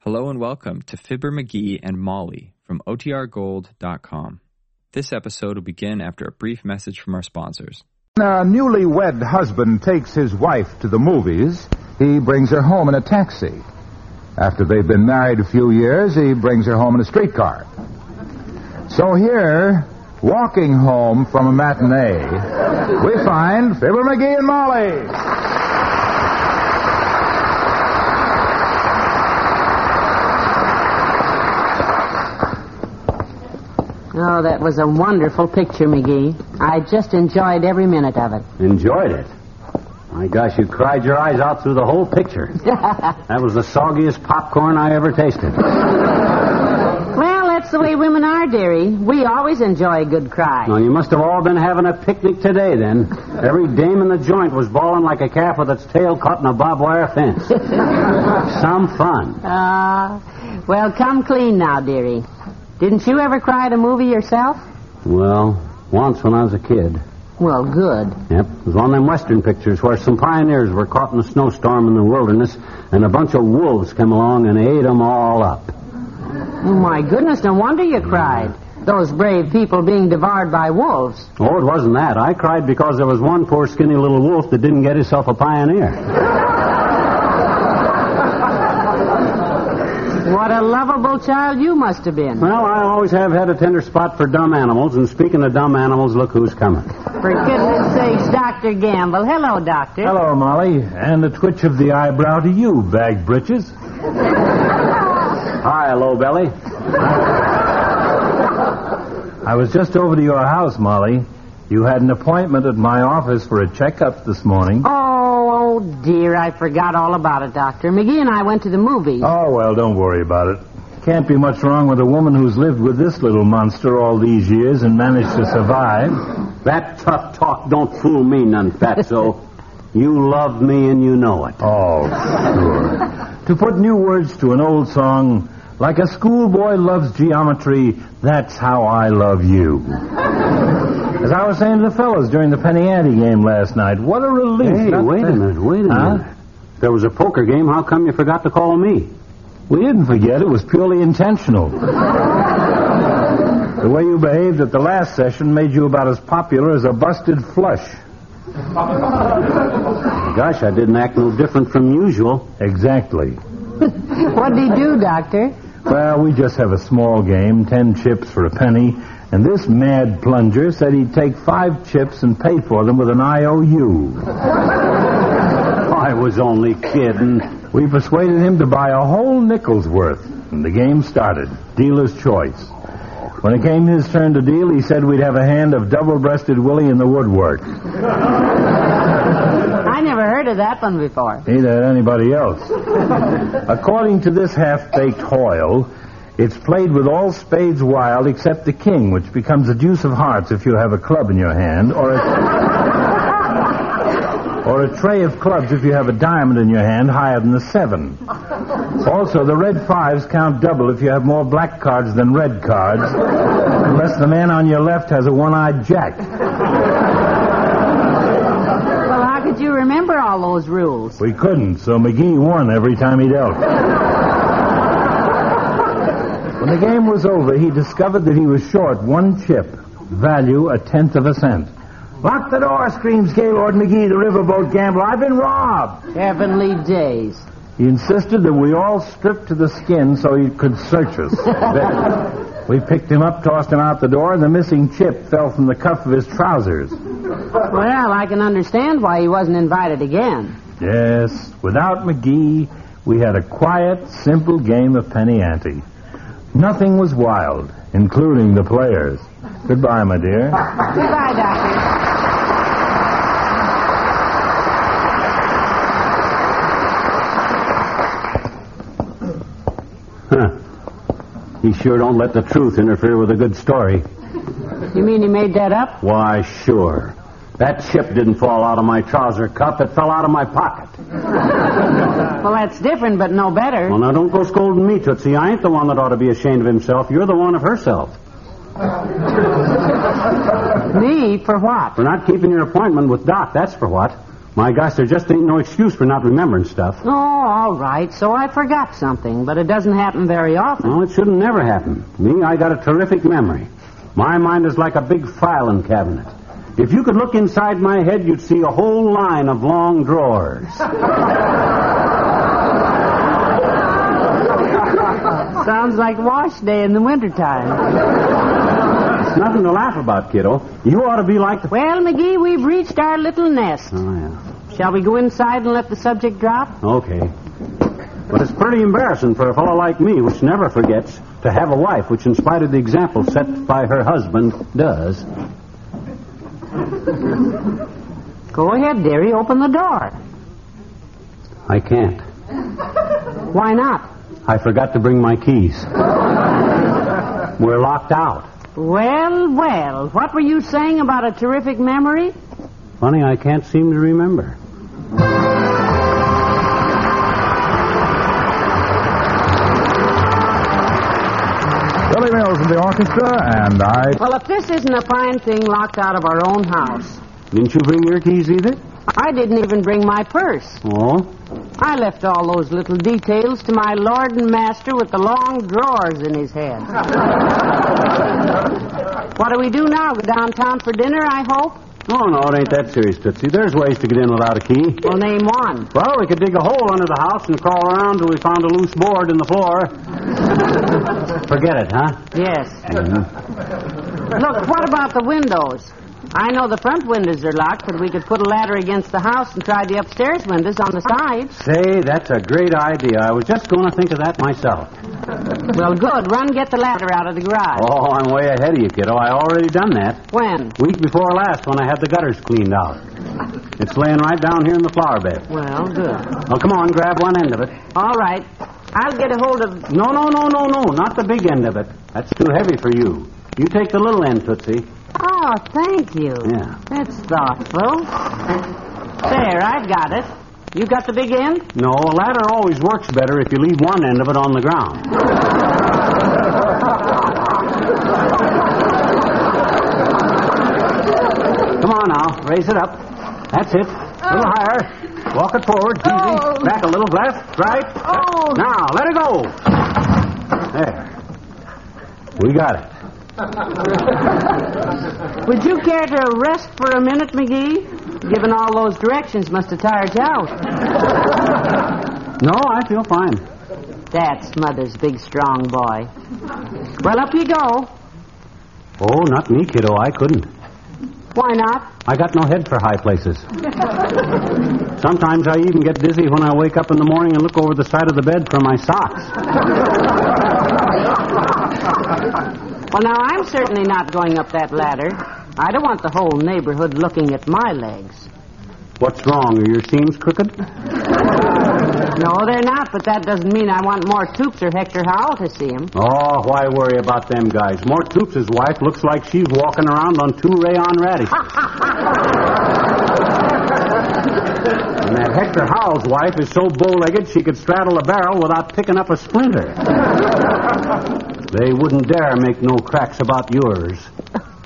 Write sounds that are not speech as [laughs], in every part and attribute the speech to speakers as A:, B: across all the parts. A: Hello and welcome to Fibber McGee and Molly from OTRGold.com. This episode will begin after a brief message from our sponsors.
B: When a newlywed husband takes his wife to the movies, he brings her home in a taxi. After they've been married a few years, he brings her home in a streetcar. So here, walking home from a matinee, we find Fibber McGee and Molly.
C: Oh, that was a wonderful picture, McGee. I just enjoyed every minute of it.
D: Enjoyed it. My gosh, you cried your eyes out through the whole picture. that was the soggiest popcorn I ever tasted.
C: Well, that's the way women are, dearie. We always enjoy a good cry.
D: Well, you must have all been having a picnic today, then. Every dame in the joint was bawling like a calf with its tail caught in a barbed wire fence. Some fun.
C: Ah, well, come clean now, dearie. Didn't you ever cry at a movie yourself?
D: Well, once when I was a kid.
C: Well, good.
D: Yep, it was one of them western pictures where some pioneers were caught in a snowstorm in the wilderness, and a bunch of wolves come along and ate 'em all up.
C: Oh, my goodness, no wonder you cried. Those brave people being devoured by wolves.
D: Oh, it wasn't that. I cried because there was one poor skinny little wolf that didn't get himself a pioneer.
C: What a lovable child you must have been.
D: Well, I always have had a tender spot for dumb animals, and speaking of dumb animals, look who's coming.
C: For goodness sakes, Dr. Gamble. Hello, Doctor.
E: Hello, Molly. And a twitch of the eyebrow to you, bag britches.
D: Hi, low belly.
E: I was just over to your house, Molly. You had an appointment at my office for a checkup this morning.
C: Oh, oh, dear, I forgot all about it, Doctor. McGee and I went to the movies.
E: Oh, well, don't worry about it. Can't be much wrong with a woman who's lived with this little monster all these years and managed to survive.
D: That tough talk don't fool me
E: [laughs]
D: none, Fatso. you love me and you know it.
E: Oh, sure. to put new words to an old song, like a schoolboy loves geometry, that's how I love you. As I was saying to the fellows during the Penny Ante game last night, what a relief.
D: Hey,
E: not
D: wait
E: to-
D: a minute, wait a
E: Huh?
D: minute. There was a poker game. How come you forgot to call me?
E: We didn't forget. It was purely intentional. the way you behaved at the last session made you about as popular as a busted flush.
D: Gosh, I didn't act no different from usual.
E: Exactly.
C: What did he do, Doctor?
E: Well, we just have a small game, ten chips for a penny, and this mad plunger said he'd take five chips and pay for them with an IOU.
D: I was only kidding.
E: We persuaded him to buy a whole nickel's worth, and the game started. Dealer's choice. When it came his turn to deal, he said we'd have a hand of double-breasted Willie in the woodwork.
C: I never heard of that one before.
E: Neither had anybody else. According to this half-baked Hoyle, it's played with all spades wild except the king, which becomes a deuce of hearts if you have a club in your hand, or a, or a tray of clubs if you have a diamond in your hand higher than the seven. Also, the red fives count double if you have more black cards than red cards, unless the man on your left has a one-eyed jack.
C: Well, how could you remember all those rules?
E: We couldn't, so McGee won every time he dealt. when the game was over, he discovered that he was short one chip, value a tenth of a cent. Lock the door, screams Gaylord McGee, the riverboat gambler. I've been robbed.
C: Heavenly days.
E: He insisted that we all strip to the skin so he could search us. we picked him up, tossed him out the door, and the missing chip fell from the cuff of his trousers.
C: Well, I can understand why he wasn't invited again.
E: Yes, without McGee, we had a quiet, simple game of penny ante. Nothing was wild, including the players. Goodbye, my dear.
C: Goodbye, Doctor.
D: Huh. He sure don't let the truth interfere with a good story.
C: You mean he made that
D: [laughs]
C: up?
D: Why, sure. That chip didn't fall out of my trouser cuff. It fell out of my pocket.
C: Well, that's different, but no better.
D: Well, now don't go scolding me, Tootsie. I ain't the one that ought to be ashamed of himself. You're the one of herself.
C: Me, for what?
D: For not keeping your appointment with Doc, that's for what. My gosh, there just ain't no excuse for not remembering stuff.
C: Oh, all right. So I forgot something, but it doesn't happen very often.
D: Well, it shouldn't never happen. Me, I got a terrific memory. My mind is like a big filing cabinet. If you could look inside my head, you'd see a whole line of long drawers.
C: Sounds like wash day in the wintertime.
D: It's nothing to laugh about, kiddo. You ought to be like the.
C: Well, McGee, we've reached our little nest.
D: Oh, yeah.
C: Shall we go inside and let the subject drop?
D: Okay. But it's pretty embarrassing for a fellow like me, which never forgets, to have a wife which, in spite of the example set by her husband, does.
C: Go ahead, dearie. Open the door.
D: I can't.
C: Why not?
D: I forgot to bring my keys. We're locked out.
C: Well, well. What were you saying about a terrific memory?
D: Funny, I can't seem to remember.
E: Billy Mills and the orchestra, and I.
C: Well, if this isn't a fine thing locked out of our own house,
D: Didn't you bring your keys either?
C: I didn't even bring my purse.
D: Oh?
C: I left all those little details to my lord and master with the long drawers in his head. what do we do now? Go downtown for dinner, I hope?
D: No, no, it ain't that serious, Tootsie. There's ways to get in without a key.
C: Well, name one.
D: Well, we could dig a hole under the house and crawl around till we found a loose board in the floor. [laughs] Forget it, huh?
C: Yes. Look, what about the windows? I know the front windows are locked, but we could put a ladder against the house and try the upstairs windows on the sides.
D: Say, that's a great idea. I was just going to think of that myself.
C: Well, good. Run, get the ladder out of the garage.
D: Oh, I'm way ahead of you, kiddo. I already done that.
C: When?
D: Week before last when I had the gutters cleaned out. It's laying right down here in the flower bed.
C: Well, good.
D: Well, come on, grab one end of it.
C: All right. I'll get a hold of
D: No, no, no, no, no. Not the big end of it. That's too heavy for you. You take the little end, Tootsie.
C: Oh, thank you.
D: Yeah.
C: That's thoughtful. There, I've got it. You got the big end?
D: No, a ladder always works better if you leave one end of it on the ground. Come on now, raise it up. That's it. A little higher. Walk it forward, easy.
C: Oh.
D: Back a little, left, right.
C: Oh.
D: Now, let it go. There. We got it.
C: Would you care to rest for a minute, McGee? Given all those directions must have tired you out.
D: No, I feel fine.
C: That's Mother's big, strong boy. Well, up you go.
D: Oh, not me, kiddo. I couldn't.
C: Why not?
D: I got no head for high places. Sometimes I even get dizzy when I wake up in the morning and look over the side of the bed for my socks.
C: Well, now, I'm certainly not going up that ladder. I don't want the whole neighborhood looking at my legs.
D: What's wrong? Are your seams crooked?
C: No, they're not, but that doesn't mean I want more Toops or Hector Howell to see 'em.
D: Oh, why worry about them guys? More Toops' wife looks like she's walking around on two rayon radishes. and that Hector Howell's wife is so bow-legged she could straddle a barrel without picking up a splinter. they wouldn't dare make no cracks about yours.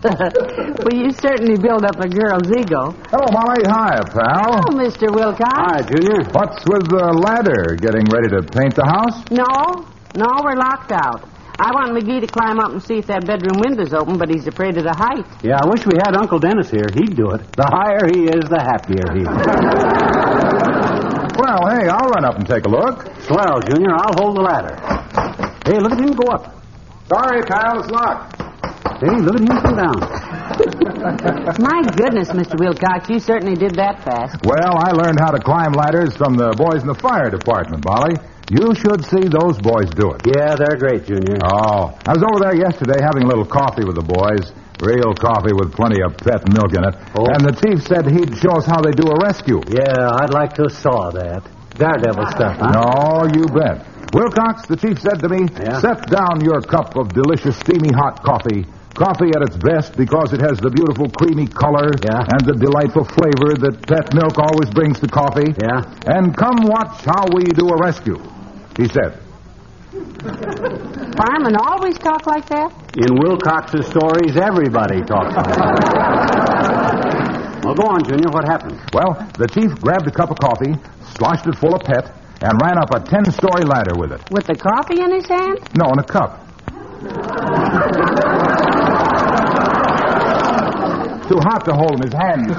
C: well, you certainly build up a girl's ego.
E: Hello, Molly. Hi, pal.
C: Oh, Mr. Wilcox.
D: Hi, Junior.
E: What's with the ladder? Getting ready to paint the house?
C: No, no, we're locked out. I want McGee to climb up and see if that bedroom window's open, but he's afraid of the height.
D: Yeah, I wish we had Uncle Dennis here. He'd do it. The higher he is, the happier he is.
E: Well, hey, I'll run up and take a look.
D: Swell, Junior. I'll hold the ladder. Hey, look at him go up.
E: Sorry, pal, it's locked.
D: Hey, look at him come down.
C: My goodness, Mr. Wilcox, you certainly did that fast.
E: Well, I learned how to climb ladders from the boys in the fire department, Molly. You should see those boys do it.
D: Yeah, they're great, Junior.
E: Oh, I was over there yesterday having a little coffee with the boys. Real coffee with plenty of pet milk in it.
D: Oh.
E: And the chief said he'd show us how they do a rescue.
D: Yeah, I'd like to saw that. Daredevil stuff, huh?
E: No, you bet. Wilcox, the chief said to me,
D: Yeah?
E: set down your cup of delicious, steamy hot coffee. Coffee at its best because it has the beautiful creamy color
D: Yeah.
E: and the delightful flavor that pet milk always brings to coffee.
D: Yeah.
E: And come watch how we do a rescue, he said.
C: Firemen always talk like that?
D: In Wilcox's stories, everybody talks about it. well, go on, Junior. What happened?
E: Well, the chief grabbed a cup of coffee, sloshed it full of pet, and ran up a ten story ladder with it.
C: With the coffee in his hand?
E: No, in a cup. Too hot to hold in his hand.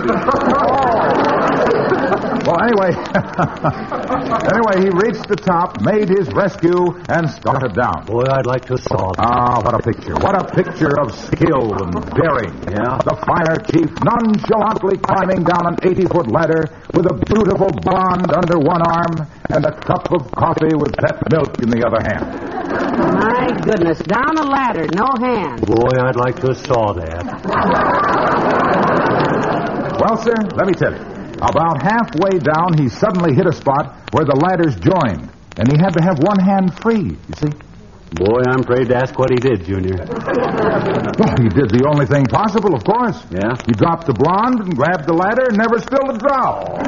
E: well, anyway, [laughs] anyway, he reached the top, made his rescue, and started down.
D: Boy, I'd like to saw that.
E: Ah, what a picture. What a picture of skill and daring.
D: Yeah.
E: The fire chief nonchalantly climbing down an 80 foot ladder with a beautiful blonde under one arm and a cup of coffee with pet milk in the other hand.
C: My goodness, down a ladder, no hand.
D: Boy, I'd like to saw that.
E: Well, sir, let me tell you. About halfway down, he suddenly hit a spot where the ladders joined, and he had to have one hand free, you see.
D: Boy, I'm afraid to ask what he did, Junior.
E: Well, he did the only thing possible, of course.
D: Yeah?
E: He dropped the blonde and grabbed the ladder and never spilled a draw.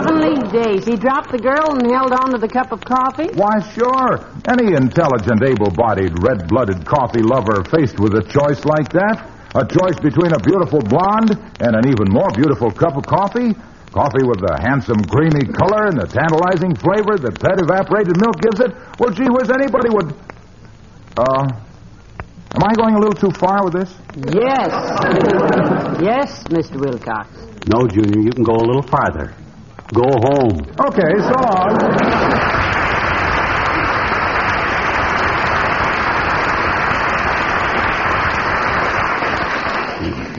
C: Heavenly days. He dropped the girl and held on to the cup of coffee?
E: Why, sure. Any intelligent, able bodied, red blooded coffee lover faced with a choice like that, a choice between a beautiful blonde and an even more beautiful cup of coffee, coffee with the handsome, creamy color and the tantalizing flavor that pet evaporated milk gives it, well, gee whiz, anybody would. Uh, am I going a little too far with this?
C: Yes. yes, Mr. Wilcox.
D: No, Junior, you can go a little farther. Go home.
E: Okay, so long.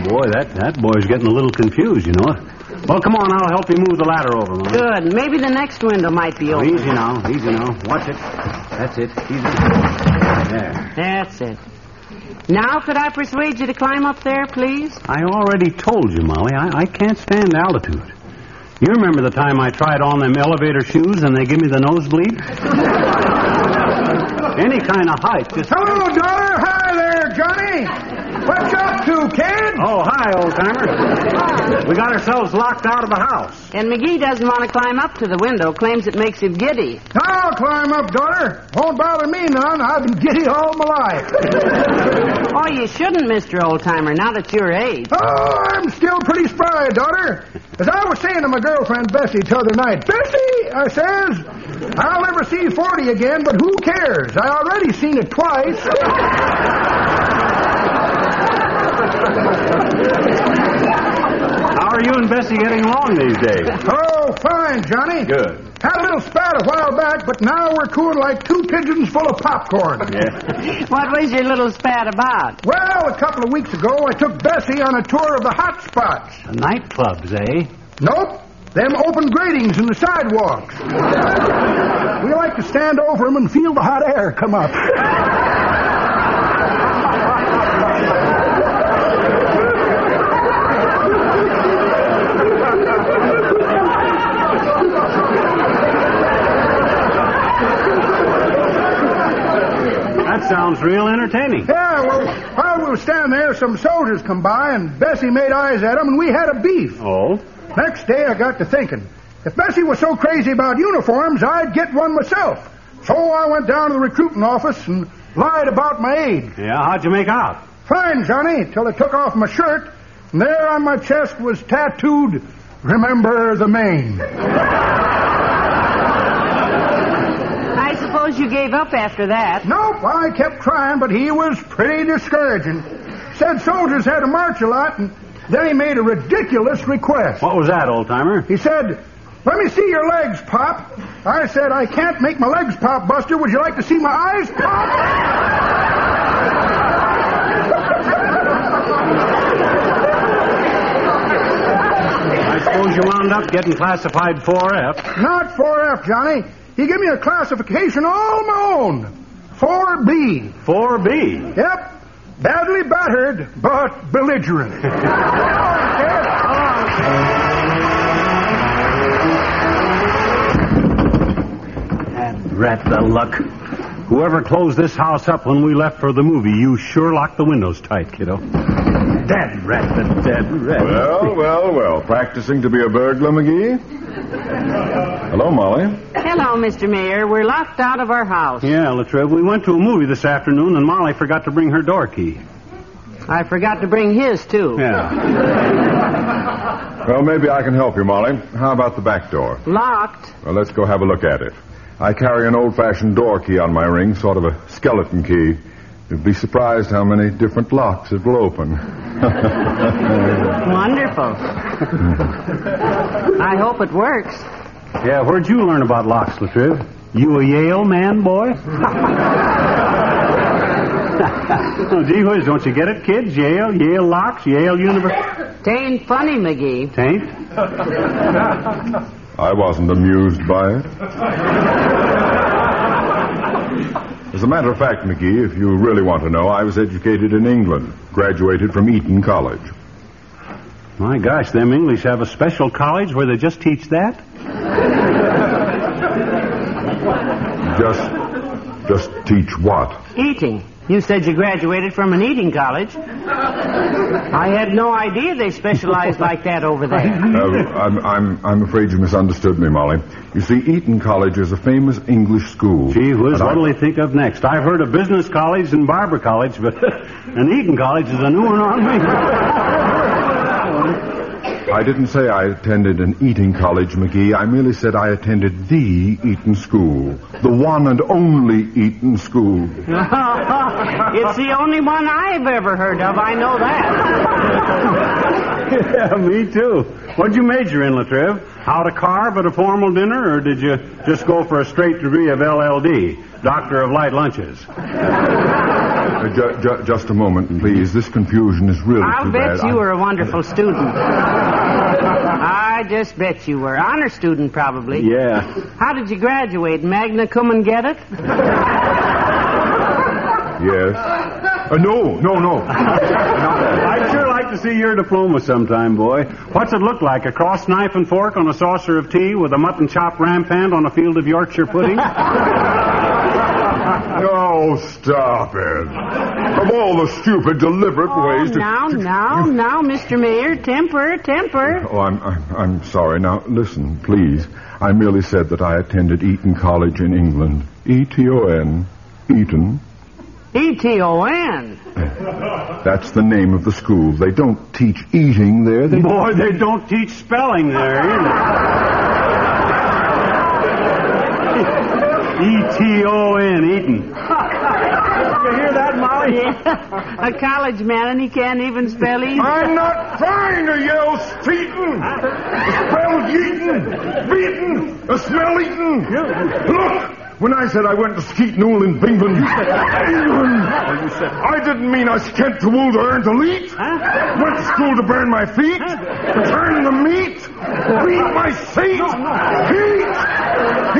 D: Boy, that, that boy's getting a little confused, you know. Well, come on, I'll help you move the ladder over. Mom.
C: Good. Maybe the next window might be
D: Oh,
C: open.
D: easy now, easy now. Watch it. That's it. Easy. There.
C: That's it. Now, could I persuade you to climb up there, please?
D: I already told you, Molly, I, I can't stand altitude. You remember the time I tried on them elevator shoes and they give me the nosebleed? Any kind of height, just.
E: Hello, daughter. Hi there, Johnny. What's up to, kid?
D: Oh, hi, old timer. We got ourselves locked out of the house.
C: And McGee doesn't want to climb up to the window, claims it makes him giddy.
E: I'll climb up, daughter. Won't bother me none. I've been giddy all my life.
C: Oh, you shouldn't, Mr. Oldtimer, not at your age.
E: Oh, I'm still pretty spry, daughter. As I was saying to my girlfriend Bessie t'other night, Bessie, I says, I'll never see 40 again, but who cares? I already seen it twice.
D: How are you and Bessie getting along these days?
E: Oh, fine, Johnny.
D: Good.
E: Had a little spat a while back, but now we're cool like two pigeons full of popcorn.
D: Yeah.
C: What was your little spat about?
E: Well, a couple of weeks ago, I took Bessie on a tour of the hot spots.
D: The nightclubs, eh?
E: Nope. Them open gratings in the sidewalks. we like to stand over 'em and feel the hot air come up.
D: That sounds real entertaining.
E: Yeah, well, while we were standing there, some soldiers come by, and Bessie made eyes at 'em, and we had a beef.
D: Oh?
E: Next day, I got to thinking. If Bessie was so crazy about uniforms, I'd get one myself. So I went down to the recruiting office and lied about my age.
D: Yeah, how'd you make out?
E: Fine, Johnny, till I took off my shirt, and there on my chest was tattooed, Remember the Maine.
C: I suppose you gave up after that.
E: Nope, I kept trying, but he was pretty discouraging. Said soldiers had to march a lot, and then he made a ridiculous request.
D: What was that, old timer?
E: He said, Let me see your legs, Pop. I said, I can't make my legs pop, Buster. Would you like to see my eyes pop?
D: I suppose you wound up getting classified 4F.
E: Not 4F, Johnny. He gave me a classification all my own 4B.
D: 4B.
E: Yep. Badly battered, but belligerent. [laughs]
D: Rat the luck. Whoever closed this house up when we left for the movie, you sure locked the windows tight, kiddo. Dead rat, the dead rat.
F: Well, well, well. Practicing to be a burglar, McGee? Hello, Molly.
C: Hello, Mr. Mayor. We're locked out of our house.
D: Yeah, Latrib, we went to a movie this afternoon, and Molly forgot to bring her door key.
C: I forgot to bring his, too.
D: Yeah.
F: Well, maybe I can help you, Molly. How about the back door?
C: Locked.
F: Well, let's go have a look at it. I carry an old fashioned door key on my ring, sort of a skeleton key. You'd be surprised how many different locks it will open. [laughs]
C: Wonderful. I hope it works.
D: Yeah, where'd you learn about locks, Latriv? You a Yale man, boy? [laughs] oh, gee whiz, don't you get it, kids? Yale, Yale locks, Yale University.
C: Tain't funny, McGee.
D: Taint?
F: I wasn't amused by it. As a matter of fact, McGee, if you really want to know, I was educated in England, graduated from Eton College.
D: My gosh, them English have a special college where they just teach that?
F: Just, just teach what?
C: Eating. You said you graduated from an eating college. I had no idea they specialized like that over there.
F: [laughs] Uh, I'm, I'm, I'm afraid you misunderstood me, Molly. You see, Eton College is a famous English school.
D: Gee whiz,
F: And I-
D: what'll he think of next? I've heard of business college and barber college, but [laughs] an Eton college is a new one on me. [laughs]
F: I didn't say I attended an Eton College, McGee. I merely said I attended the Eton School, the one and only Eton School.
C: it's the only one I've ever heard of. I know that.
D: yeah, me too. What'd you major in, Latriv? How to carve at a formal dinner, or did you just go for a straight degree of LLD, Doctor of Light Lunches?
F: Uh, ju- ju- just a moment, please. This confusion is really
C: I'll
F: too
C: bet
F: bad.
C: you
F: I-
C: were a wonderful student. I just bet you were. Honor student, probably.
D: Yeah.
C: How did you graduate? Magna cum and get it?
F: Yes. Uh, no, no, no.
D: I'd sure like to see your diploma sometime, boy. What's it look like? A cross knife and fork on a saucer of tea with a mutton chop rampant on a field of Yorkshire [laughs] pudding?
F: No, stop it. Of all the stupid, deliberate
C: Oh,
F: ways to.
C: now,
D: [laughs]
C: now, now, Mr. Mayor, temper, temper.
F: Oh, I'm, I'm, I'm sorry. Now, listen, please. I merely said that I attended Eton College in England. E E-T-O-N.
C: E
F: Eton.
C: E-T-O-N.
F: That's the name of the school. They don't teach eating there. They...
D: boy, they don't teach spelling there either. E E-T-O-N, Eaton. [laughs] you hear that, Molly?
C: A college man, and he can't even spell either.
F: I'm not trying to yell Steaton. Spell Yeaton. Beaten. A smell eaten. Look! When I said I went to Skeet Newell in England, England, I didn't mean I skent to wool to earn to leet. Went to school to burn my feet, turn the meat, beat my seat, heat.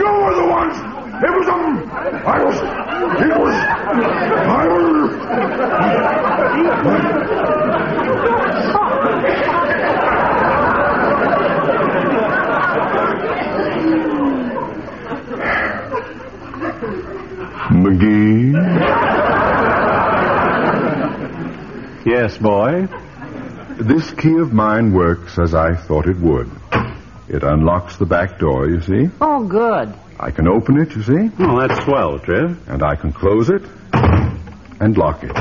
F: You were the ones. It was um. I was. It was. I was. McGee,
D: Yes, boy.
F: this key of mine works as I thought it would. It unlocks the back door, you see.
C: [laughs] Oh, good.
F: I can open it, you see,
D: Oh, that's swell, Trev.
F: and I can close it and lock it.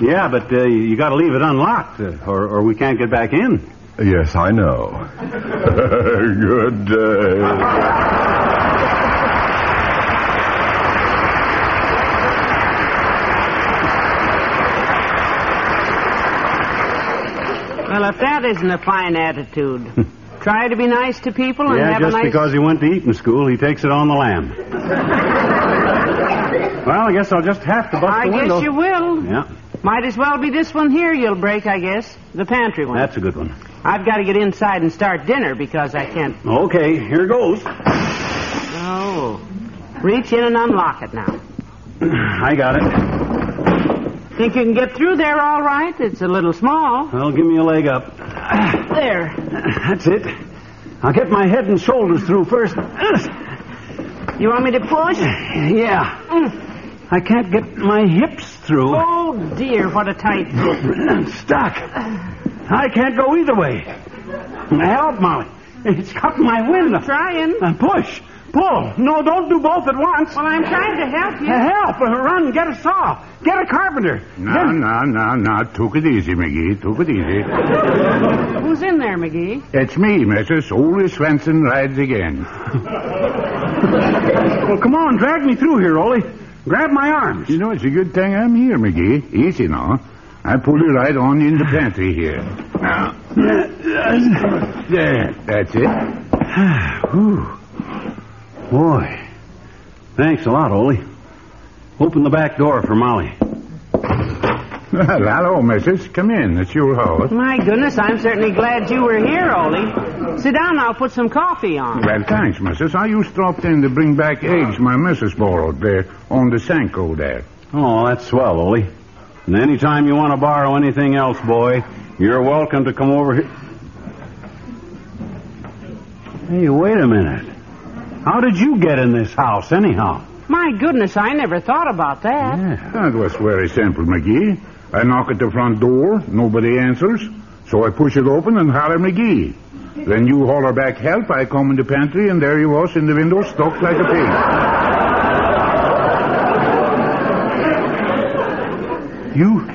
D: Yeah, but uh, you got to leave it unlocked, uh, or, or we can't get back in.
F: Yes, I know. [laughs] Good day.
C: Well, if that isn't a fine
D: [laughs]
C: attitude. Try to be nice to people and
D: yeah,
C: have
D: just
C: a nice...
D: because he went to Eton school, he takes it on
C: [laughs]
D: the lamb. well, I guess I'll just have to bust
C: I
D: the
C: guess
D: window.
C: you will.
D: [laughs] Yeah,
C: Might as well be this one here you'll break, I guess. The pantry one.
D: that's a good one.
C: I've got to get inside and start dinner because I can't...
D: Okay, here goes. [clears throat]
C: Oh. Reach in and unlock it now.
D: I got it.
C: Think you can get through there all right? It's a little small.
D: Well, give me a leg up. [clears throat]
C: There.
D: That's it. I'll get my head and shoulders through first. [clears throat]
C: You want me to push?
D: Yeah. [clears throat] I can't get my hips through.
C: Oh, dear, what a tight...
D: I'm stuck. I can't go either way. Help, Molly. It's got my window.
C: Trying.
D: Uh, push. Pull. No, don't do both at once. Uh,
C: Well, I'm trying to help you.
D: Help! Run! Get a saw! Get a carpenter!
F: No, no, no, no. Took it easy, McGee. Took it easy.
C: Who's in there, McGee?
F: It's me, Mrs. Ole Swenson rides again.
D: Well, come on, drag me through here, Ole. Grab my arms.
F: You know, it's a good thing I'm here, McGee. Easy now. I pull you right on in the pantry here. Now. There. That's it.
D: Whew. Boy. Thanks a lot, Ole. Open the back door for Molly.
F: Well, hello, Mrs. Come in. It's your house.
C: My goodness, I'm certainly glad you were here, Ole. Sit down, I'll put some coffee on.
F: Well, thanks, Mrs. I you stopped in to bring back eggs my Mrs. borrowed there on the Sanko there.
D: Oh, that's swell, Ole. And any time you want to borrow anything else, boy, you're welcome to come over here. Hey, wait a minute. How did you get in this house, anyhow?
C: My goodness, I never thought about that.
F: That was very simple, McGee. I knock at the front door, nobody answers, so I push it open and holler McGee. Then you holler back help, I come in the pantry, and there he was in the window, stuck like a pig.
D: You.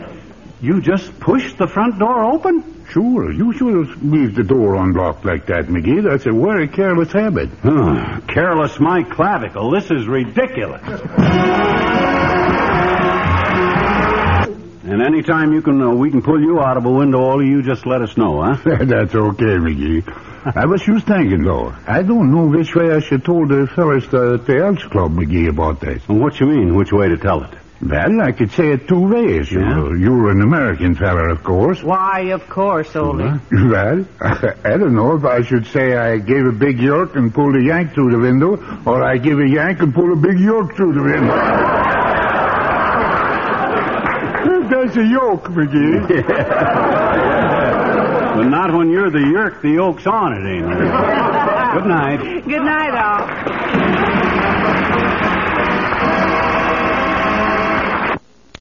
D: You just pushed the front door open?
F: Sure, you should leave the door unlocked like that, McGee. That's a very careless habit. [laughs]
D: Huh, careless my clavicle. This is ridiculous. And any time you can, uh, we can pull you out of a window, Ole, you just let us know, huh?
F: That's okay, McGee. I was just thinking, though. I don't know which way I should tell the fellas at the Elks Club, McGee, about that.
D: And what you mean, which way to tell it?
F: Well, I could say it two ways. You
D: Yeah?
F: know, you're an American fella, of course.
C: Why, of course, Ole.
F: [laughs] Well, I don't know if I should say I gave a big york and pulled a yank through the window, or I give a yank and pull a big york through the window. [laughs] That's a yoke, McGee.
D: But not when
C: [laughs]
D: you're the yerk, the oak's on it, ain't it? Good night.
C: Good night, all.